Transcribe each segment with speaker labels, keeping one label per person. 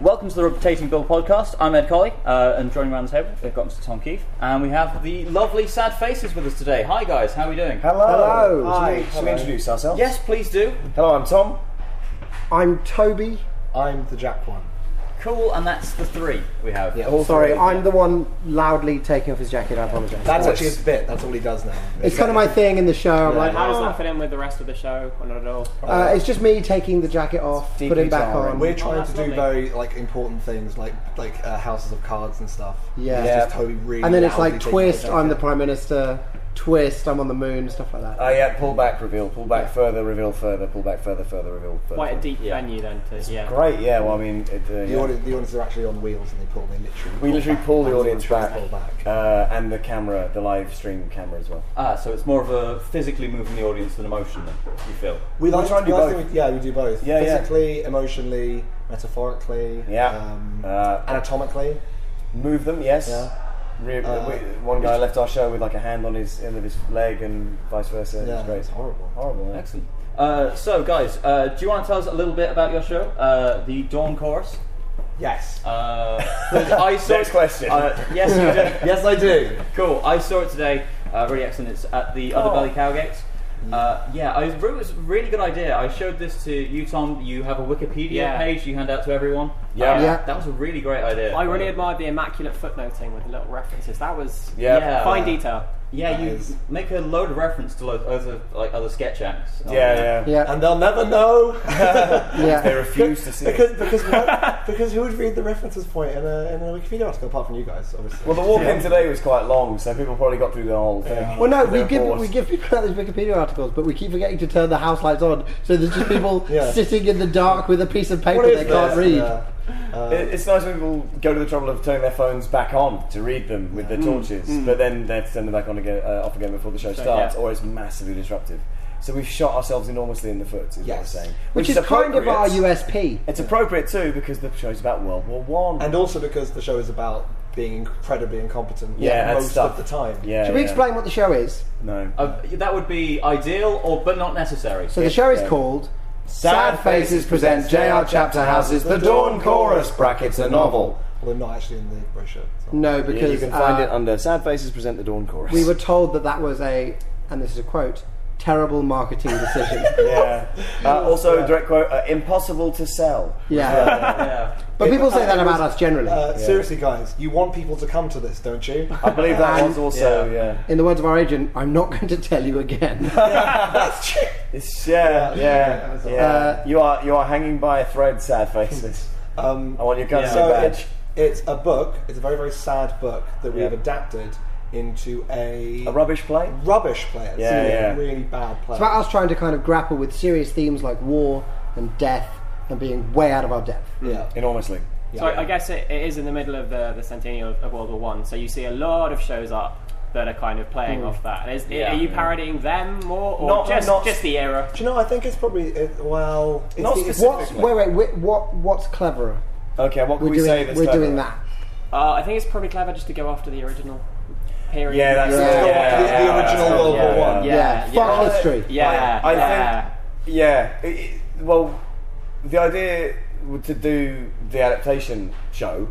Speaker 1: welcome to the Rotating Bill podcast. I'm Ed Colley, uh, and joining around the table, we've got Mr. Tom Keefe, and we have the lovely Sad Faces with us today. Hi, guys, how are we doing?
Speaker 2: Hello.
Speaker 3: Hello.
Speaker 2: Should,
Speaker 3: Hi.
Speaker 2: we, should we
Speaker 3: Hello.
Speaker 2: introduce ourselves?
Speaker 1: Yes, please do.
Speaker 2: Hello, I'm Tom.
Speaker 3: I'm Toby.
Speaker 2: I'm the Jack one.
Speaker 1: Cool, and that's the three we have.
Speaker 2: Yeah, all
Speaker 3: Sorry,
Speaker 2: three.
Speaker 3: I'm the one loudly taking off his jacket. I apologise.
Speaker 2: That's
Speaker 3: Oh,
Speaker 2: actually his bit. That's all he does now.
Speaker 3: it's kind of my thing in the show. I'm like,
Speaker 4: How does
Speaker 3: "Oh."
Speaker 4: that fit in with the rest of the show? Or not at all?
Speaker 3: Uh, it's just me taking the jacket off,
Speaker 1: deeply
Speaker 3: putting it back
Speaker 1: jarring.
Speaker 3: on.
Speaker 2: We're trying
Speaker 4: that's
Speaker 2: to do
Speaker 4: lovely.
Speaker 2: very like important things, like like uh, houses of cards and stuff.
Speaker 3: Yeah.
Speaker 2: It's
Speaker 3: Yeah.
Speaker 2: just totally really.
Speaker 3: and then it's
Speaker 2: loudly
Speaker 3: like
Speaker 2: taking off Uh,
Speaker 3: twist.
Speaker 2: his
Speaker 3: I'm the
Speaker 2: jacket.
Speaker 3: prime minister. Twist. I'm on the moon. Stuff like that.
Speaker 5: Oh yeah, pull back, reveal, pull back further, reveal further, pull back further, further, reveal further.
Speaker 4: Quite a deep
Speaker 1: Yeah.
Speaker 4: venue then. To, yeah.
Speaker 5: Great, yeah. Well, I mean, it, uh,
Speaker 2: The
Speaker 5: yeah.
Speaker 2: audience, the audience are actually on wheels, and they pull. They literally.
Speaker 5: we literally pull the
Speaker 2: Pull
Speaker 5: audience
Speaker 2: back.
Speaker 5: back,
Speaker 2: Pull back.
Speaker 5: Uh, and the camera, the live stream camera as well.
Speaker 1: Ah, so it's more of a physically moving the audience than emotion, then, you feel.
Speaker 2: We like
Speaker 5: try and
Speaker 2: we
Speaker 5: do
Speaker 2: like
Speaker 5: both.
Speaker 2: to- yeah, we do both.
Speaker 5: Yeah, yeah.
Speaker 2: Physically, emotionally, metaphorically.
Speaker 5: Yeah.
Speaker 2: Um,
Speaker 5: Uh,
Speaker 2: anatomically.
Speaker 5: Move them, yes.
Speaker 2: Yeah.
Speaker 5: Re-
Speaker 2: Uh,
Speaker 5: we, one guy left our show with like a hand on his end of his leg, and vice versa.
Speaker 2: Yeah.
Speaker 5: it was great.
Speaker 2: It's horrible.
Speaker 5: Horrible. Yeah.
Speaker 1: Excellent. Uh, so, guys, uh, do you want to tell us a little bit about your show, uh, the Dawn Chorus?
Speaker 2: Yes.
Speaker 1: Uh, 'cause I saw
Speaker 5: Next question.
Speaker 1: Uh, yes, you do.
Speaker 2: yes, I do.
Speaker 1: Cool. I saw it today. Uh, really excellent. It's at the Other Valley Cowgate. Uh, yeah, I it was a really good idea. I showed this to you, Tom. You have a Wikipedia
Speaker 4: Yeah.
Speaker 1: page you hand out to everyone.
Speaker 5: Yeah.
Speaker 1: Uh,
Speaker 3: Yeah.
Speaker 1: that was a really great idea.
Speaker 4: I really admired the immaculate footnoting with the little references. That was
Speaker 5: Yeah.
Speaker 1: Yeah.
Speaker 4: fine detail.
Speaker 1: Yeah,
Speaker 2: That
Speaker 1: you
Speaker 2: is-
Speaker 1: make a load of reference to loads other like other sketch acts.
Speaker 5: Yeah, yeah.
Speaker 3: Yeah.
Speaker 2: And they'll never know.
Speaker 5: They
Speaker 3: yeah.
Speaker 5: refuse to see.
Speaker 2: because
Speaker 5: it.
Speaker 2: because what- because who would read the references point in a in a Wikipedia article apart from you guys, obviously.
Speaker 5: Well, the walk-in today was quite long, so people probably got through the whole thing.
Speaker 3: Well, no, we
Speaker 5: They're
Speaker 3: give
Speaker 5: bored.
Speaker 3: we give people out these Wikipedia articles, but we keep forgetting to turn the house lights on. So there's just people
Speaker 2: Yeah.
Speaker 3: sitting in the dark with a piece of paper
Speaker 2: What is
Speaker 3: they can't
Speaker 2: this?
Speaker 3: read.
Speaker 2: Uh, uh,
Speaker 5: It- It's nice when people go to the trouble of turning their phones back on to read them with their torches, but then they have to turn them back on again, uh, off again before the show starts,
Speaker 1: yeah.
Speaker 5: or it's massively disruptive. So we've shot ourselves enormously in the foot, is what I'm
Speaker 2: Yes.
Speaker 5: saying.
Speaker 3: Which, is kind of our
Speaker 5: appropriate.
Speaker 3: USP.
Speaker 5: It's appropriate too because the show's about World War One.
Speaker 2: and also because the show is about being incredibly incompetent
Speaker 5: Yeah, and
Speaker 2: most
Speaker 5: stuff.
Speaker 2: of the time.
Speaker 5: yeah,
Speaker 3: Should we
Speaker 5: yeah.
Speaker 3: explain what the show is?
Speaker 5: No.
Speaker 1: Uh, that would be ideal, or but not necessary.
Speaker 3: So the show is
Speaker 5: Yeah.
Speaker 3: called
Speaker 5: Sad Faces presents J.R. Chapter House's The Dawn Chorus brackets a novel.
Speaker 2: Well, they're not actually in the brochure. so-
Speaker 3: No,
Speaker 5: Yeah,
Speaker 3: because
Speaker 5: you can find
Speaker 3: uh,
Speaker 5: it under Sad Faces present The Dawn Chorus.
Speaker 3: we were told that that was a, and this is a quote, terrible marketing decision.
Speaker 5: Yeah. Uh, also, direct quote: uh, "Impossible to sell."
Speaker 3: yeah,
Speaker 1: yeah.
Speaker 3: but people say
Speaker 2: Uh,
Speaker 3: that
Speaker 2: it
Speaker 3: about
Speaker 2: was-
Speaker 3: us generally.
Speaker 2: Uh, Seriously, guys, you want people to come to this, don't you?
Speaker 5: I believe that was also yeah.
Speaker 3: In the words of our agent, I'm not going to tell you again.
Speaker 2: That's true.
Speaker 5: It's, yeah, yeah, yeah.
Speaker 3: Uh,
Speaker 5: you are you are hanging by a thread, sad faces.
Speaker 2: Um,
Speaker 5: I want your guns
Speaker 2: So
Speaker 5: badge.
Speaker 2: it, it's a book. It's a very very sad book that we
Speaker 5: Yeah.
Speaker 2: have adapted into a,
Speaker 5: a rubbish play.
Speaker 2: rubbish play. It's
Speaker 5: Yeah,
Speaker 2: a
Speaker 5: yeah.
Speaker 2: really bad play.
Speaker 3: it's about us trying to kind of grapple with serious themes like war and death and being way out of our depth.
Speaker 2: yeah.
Speaker 5: Enormously.
Speaker 2: yeah.
Speaker 4: So I, I guess it, it is in the middle of the, the centennial of, of World War One. So you see a lot of shows up that are kind of playing off that. Is,
Speaker 1: Yeah.
Speaker 4: Are you parodying them more, or
Speaker 5: Not-
Speaker 4: just
Speaker 5: not-
Speaker 4: just the era?
Speaker 2: Do you know? I think it's probably it, well. It's
Speaker 5: Not
Speaker 2: the-
Speaker 3: What's,
Speaker 5: Specifically.
Speaker 3: wait, wait, wait, what, what's cleverer?
Speaker 5: Okay, what can
Speaker 3: We're
Speaker 5: we
Speaker 3: doing,
Speaker 5: say? That's
Speaker 3: we're
Speaker 5: clever?
Speaker 3: doing that.
Speaker 4: Uh, I think it's probably clever just to go after the original period.
Speaker 5: Yeah, that's
Speaker 3: Yeah.
Speaker 5: yeah,
Speaker 2: The-
Speaker 5: yeah,
Speaker 2: the
Speaker 5: yeah,
Speaker 2: original
Speaker 5: yeah,
Speaker 2: World War
Speaker 5: yeah,
Speaker 2: One.
Speaker 5: Yeah,
Speaker 4: yeah,
Speaker 3: Yeah, fuck history.
Speaker 4: yeah,
Speaker 5: I, I
Speaker 4: yeah.
Speaker 5: think yeah. It, it, well, the idea w- to do the adaptation show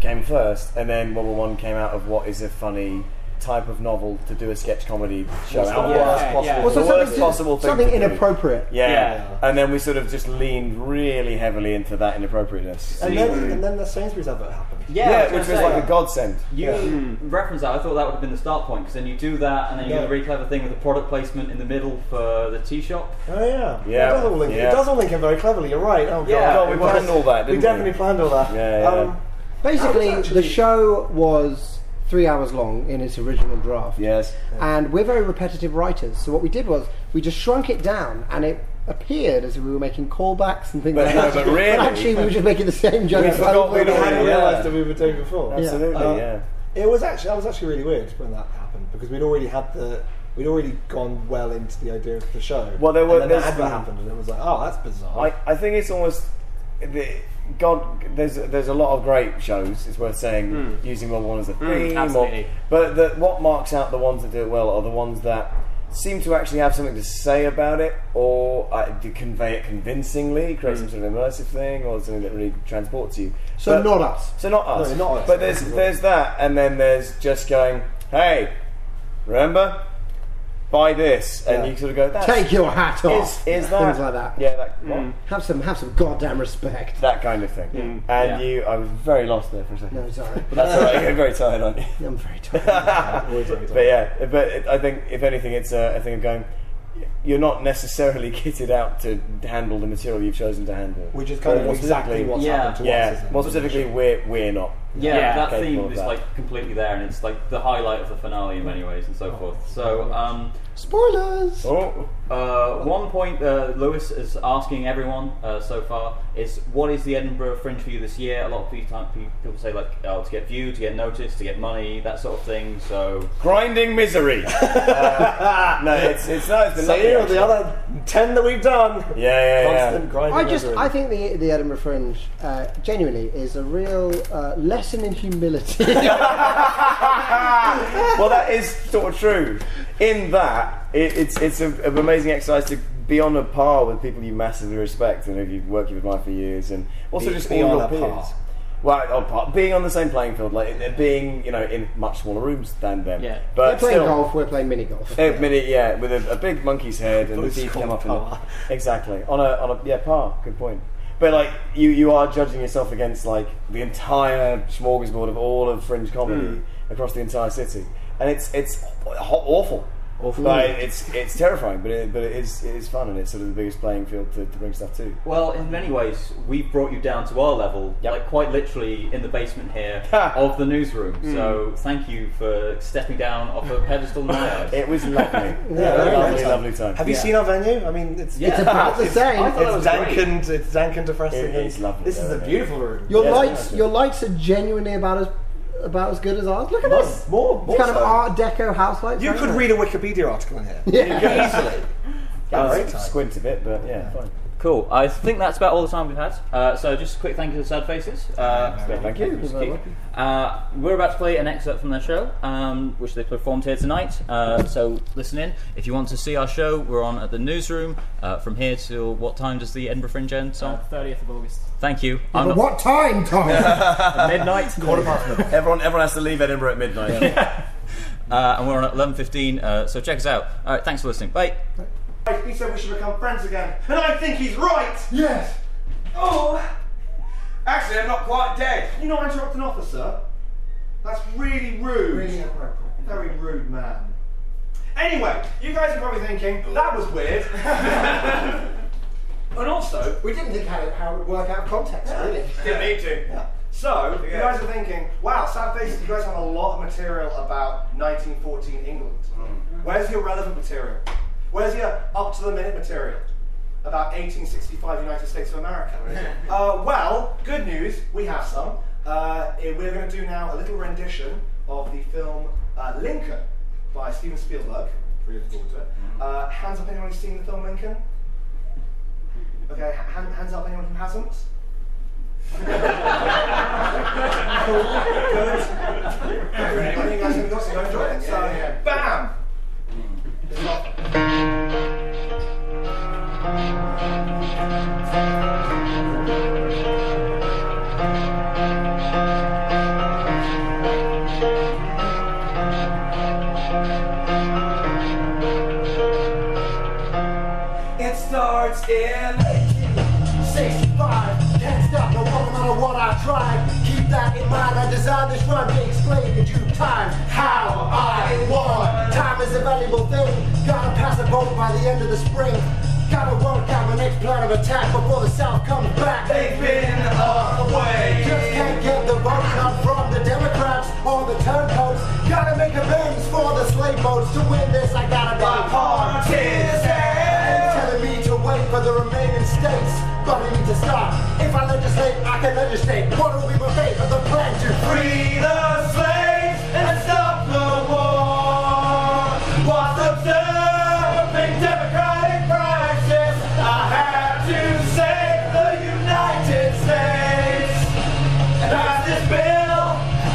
Speaker 5: came first, and then World War One came out of what is a funny type of novel to do a sketch comedy show
Speaker 2: It's the
Speaker 5: out. of.
Speaker 2: worst
Speaker 4: yeah.
Speaker 2: possible.
Speaker 4: Yeah.
Speaker 3: Also,
Speaker 5: The worst
Speaker 3: something,
Speaker 5: possible thing
Speaker 3: something
Speaker 5: to do.
Speaker 3: inappropriate.
Speaker 5: Yeah.
Speaker 4: Yeah.
Speaker 5: And then we sort of just leaned really heavily into that inappropriateness.
Speaker 2: And then, and then the Sainsbury's advert happened.
Speaker 1: Yeah, I was
Speaker 5: which
Speaker 1: gonna
Speaker 5: was
Speaker 1: say,
Speaker 5: like a godsend.
Speaker 1: You reference that. I thought that would have been the start point because then you do that, and then you do
Speaker 2: Yeah.
Speaker 1: the really clever thing with the product placement in the middle for the tea shop.
Speaker 2: Oh yeah,
Speaker 5: Yeah.
Speaker 2: It does all link.
Speaker 5: Yeah.
Speaker 2: It does all link in very cleverly. You're right. Oh god,
Speaker 1: Yeah.
Speaker 5: God, we
Speaker 2: It was-
Speaker 5: planned all that,
Speaker 2: We
Speaker 5: didn't
Speaker 2: definitely
Speaker 5: we?
Speaker 2: planned all that.
Speaker 5: Yeah, yeah.
Speaker 2: Um,
Speaker 3: Basically,
Speaker 2: That was
Speaker 3: the
Speaker 2: actually-
Speaker 3: show was three hours long in its original draft.
Speaker 5: Yes.
Speaker 3: And we're very repetitive writers, so what we did was we just shrunk it down, and it appeared as if we were making callbacks and things
Speaker 5: But
Speaker 3: like
Speaker 5: no,
Speaker 3: that.
Speaker 5: but really-
Speaker 3: actually, we were just making the same jokes.
Speaker 5: forgot
Speaker 3: over
Speaker 5: we'd
Speaker 3: and over
Speaker 2: I
Speaker 5: already-
Speaker 3: again.
Speaker 2: hadn't
Speaker 5: Yeah.
Speaker 2: realised that we were doing before.
Speaker 5: Absolutely,
Speaker 2: Uh,
Speaker 5: yeah.
Speaker 2: It was actually I was actually really weird when that happened because we'd already had the we'd already gone well into the idea of the show.
Speaker 5: Well, there were-
Speaker 2: and then
Speaker 5: there's-
Speaker 2: that advert happened and it was like, oh, that's bizarre.
Speaker 5: I, I think it's almost the, God. There's there's a lot of great shows. It's worth saying using World War One as a theme. or-
Speaker 4: absolutely.
Speaker 5: but the, what marks out the ones that do it well are the ones that seem to actually have something to say about it, or uh, to convey it convincingly, create some sort of immersive thing, or something that really transports you.
Speaker 3: So
Speaker 5: But-
Speaker 3: not us.
Speaker 5: so not us.
Speaker 6: No, not us.
Speaker 5: But there's there's that, and then there's just going, hey, remember, buy this, and
Speaker 6: Yeah.
Speaker 5: you sort of go, that's
Speaker 3: Take your hat
Speaker 5: is,
Speaker 3: off.
Speaker 5: is that
Speaker 3: Things like that.
Speaker 5: Yeah, that what?
Speaker 3: Have some, have some goddamn respect.
Speaker 5: that kind of thing.
Speaker 6: Mm.
Speaker 1: Yeah.
Speaker 5: And you, I was very lost there for a second.
Speaker 3: No, sorry.
Speaker 5: That's all right. You're very tired, aren't you?
Speaker 3: I'm very tired.
Speaker 6: Always, always,
Speaker 5: But yeah, but it, I think if anything, it's a, a thing of going. You're not necessarily kitted out to handle the material you've chosen to handle.
Speaker 6: Which is kind
Speaker 5: Or
Speaker 6: of
Speaker 5: more
Speaker 6: exactly
Speaker 5: specifically-
Speaker 6: what's
Speaker 1: Yeah.
Speaker 6: happened to us.
Speaker 5: Yeah,
Speaker 6: isn't it?
Speaker 5: more specifically, we're we're not.
Speaker 1: Yeah,
Speaker 4: Yeah,
Speaker 1: that
Speaker 5: capable
Speaker 1: theme
Speaker 5: of
Speaker 1: is
Speaker 5: that.
Speaker 1: like completely there, and it's like the highlight of the finale in many ways, and so forth. So, um,
Speaker 3: Spoilers.
Speaker 5: Oh,
Speaker 1: uh, one point uh, Lewis is asking everyone uh, so far is, "What is the Edinburgh Fringe for you this year?" A lot of people people say like, "Oh, to get viewed, to get noticed, to get money, that sort of thing." So,
Speaker 5: grinding misery. Uh, no, it's it's no, it's been
Speaker 6: So
Speaker 5: lovely,
Speaker 6: here are
Speaker 5: actually.
Speaker 6: the other ten that we've done.
Speaker 5: Yeah, yeah,
Speaker 6: Constant
Speaker 5: yeah.
Speaker 6: grinding.
Speaker 3: I just,
Speaker 6: misery.
Speaker 3: I think the the Edinburgh Fringe, uh, genuinely, is a real uh, lesson in humility.
Speaker 5: well, that is sort of true. In that, it, it's it's a, an amazing exercise to be on a par with people you massively respect and who you work you've admired for years, and also
Speaker 6: Be-
Speaker 5: just
Speaker 6: be
Speaker 5: all
Speaker 6: on
Speaker 5: your
Speaker 6: a
Speaker 5: peers.
Speaker 6: par.
Speaker 5: Well, on par, being on the same playing field, like it- it being you know in much smaller rooms than them.
Speaker 4: Yeah.
Speaker 3: we're
Speaker 5: but
Speaker 3: playing
Speaker 5: still,
Speaker 3: golf. We're playing mini golf.
Speaker 5: A minute, yeah, with a, a big monkey's head and the
Speaker 6: Those
Speaker 5: teeth come up.
Speaker 6: called par.
Speaker 5: In it. Exactly on a on a yeah par. Good point. But like you, you are judging yourself against like the entire smorgasbord of all of fringe comedy
Speaker 6: Hmm.
Speaker 5: across the entire city, and it's it's ho- awful. Awful. Like, it's it's terrifying, but it, but it is it is fun, and it's sort of the biggest playing field to, to bring stuff to.
Speaker 1: well, in many ways, we brought you down to our level,
Speaker 5: Yep.
Speaker 1: like quite literally in the basement here of the newsroom.
Speaker 5: Hmm.
Speaker 1: So, thank you for stepping down off a pedestal. in my eyes.
Speaker 5: It was lovely.
Speaker 6: Yeah, very
Speaker 5: lovely,
Speaker 6: nice.
Speaker 5: lovely time.
Speaker 6: Have you
Speaker 1: Yeah.
Speaker 6: seen our venue? I mean, it's
Speaker 1: Yeah.
Speaker 3: It's about the
Speaker 1: I
Speaker 3: same.
Speaker 1: thought that was
Speaker 6: it's
Speaker 1: great.
Speaker 6: dankened. It's dankened, depressing.
Speaker 5: It is lovely,
Speaker 6: This is
Speaker 5: though,
Speaker 6: a
Speaker 5: isn't it?
Speaker 6: beautiful room.
Speaker 3: Your
Speaker 5: Yeah,
Speaker 3: lights,
Speaker 5: that's
Speaker 3: your lights are genuinely about as about as good as ours. Look at
Speaker 6: More-
Speaker 3: this.
Speaker 6: more,
Speaker 3: It's
Speaker 6: more
Speaker 3: kind of
Speaker 6: so.
Speaker 3: Art Deco house lights.
Speaker 6: You
Speaker 3: aren't
Speaker 6: could
Speaker 3: they?
Speaker 6: read a Wikipedia article in here.
Speaker 3: Yeah.
Speaker 6: Easily.
Speaker 5: I
Speaker 6: Great time.
Speaker 5: squint a bit, but yeah, fine.
Speaker 1: Cool. I think that's about all the time we've had. Uh, so just a quick thank you to Sad Faces. Uh,
Speaker 5: Thank you.
Speaker 1: just keep- Uh, we're about to play an excerpt from their show, um, which they performed here tonight. Uh, so listen in. If you want to see our show, we're on at the newsroom uh, from here till what time does the Edinburgh Fringe end?
Speaker 4: Uh,
Speaker 1: So
Speaker 4: Thirtieth of August.
Speaker 1: thank you. I'm not-
Speaker 3: But what time, Tom?
Speaker 1: midnight. Quarter past
Speaker 5: Everyone everyone has to leave Edinburgh at midnight.
Speaker 1: Uh, and we're on at eleven fifteen. Uh, so check us out. All right. Thanks for listening. Bye.
Speaker 2: He said we should become friends again. And I think he's right!
Speaker 3: yes.
Speaker 2: Oh! Actually, I'm not quite dead. You not interrupt an officer? That's really rude. Really inappropriate. Very rude, man. Anyway, you guys are probably thinking, that was weird. and also,
Speaker 3: We didn't think how it, how it would work out of context, really.
Speaker 2: didn't need to. So, you guys are thinking, wow, sad faces, you guys have a lot of material about 1914 England. Where's your relevant material? Where's your up to the minute material about 1865 United States of America? uh, well, good news, we have some. Uh, eh, we're going to do now a little rendition of the film uh, Lincoln by Steven Spielberg. Really looking forward to it. Uh, hands up, anyone who's seen the film Lincoln? Okay, h- hand, hands up, anyone who hasn't? good. I think you guys have got to enjoy it. So, bam! It's not- It starts in 65. Can't stop, no wonder, no matter what I try. Keep that in mind, I designed this rhyme to explain in due time how I won. Time is a valuable thing, gotta pass the vote by the end of the spring. Gotta work out my next plan of attack before the South comes back. They've been away. Just can't get the vote count from the Democrats or the turncoats. Gotta make amends for the slave votes. To win this, I gotta be hard. Telling me to wait for the remaining states, but I need to stop. If I legislate, I can legislate. What will be my fate of the plan to free the slaves and stop the war? Whilst observing democratic practice, I have to save the United States. And pass this bill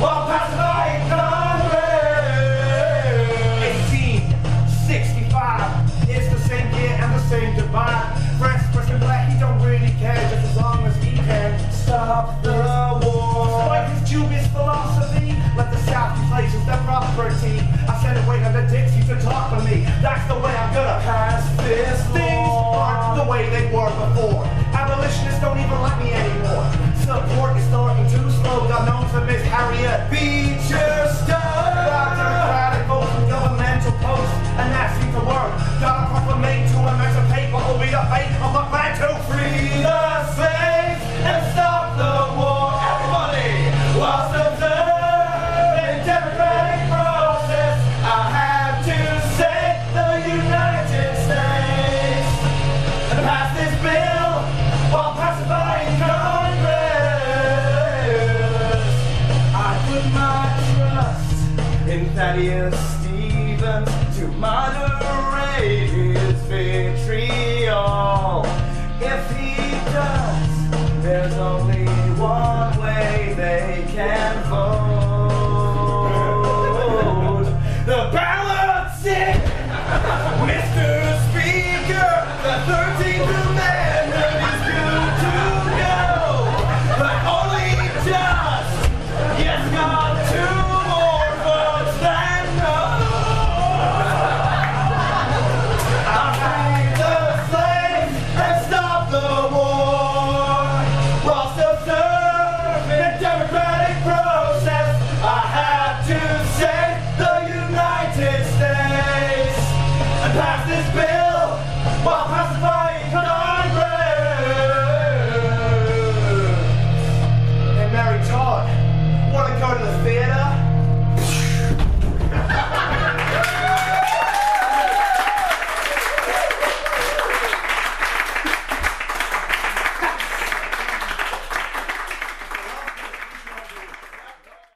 Speaker 2: while pacifying Congress. 1865.
Speaker 7: Thaddeus Stevens to modern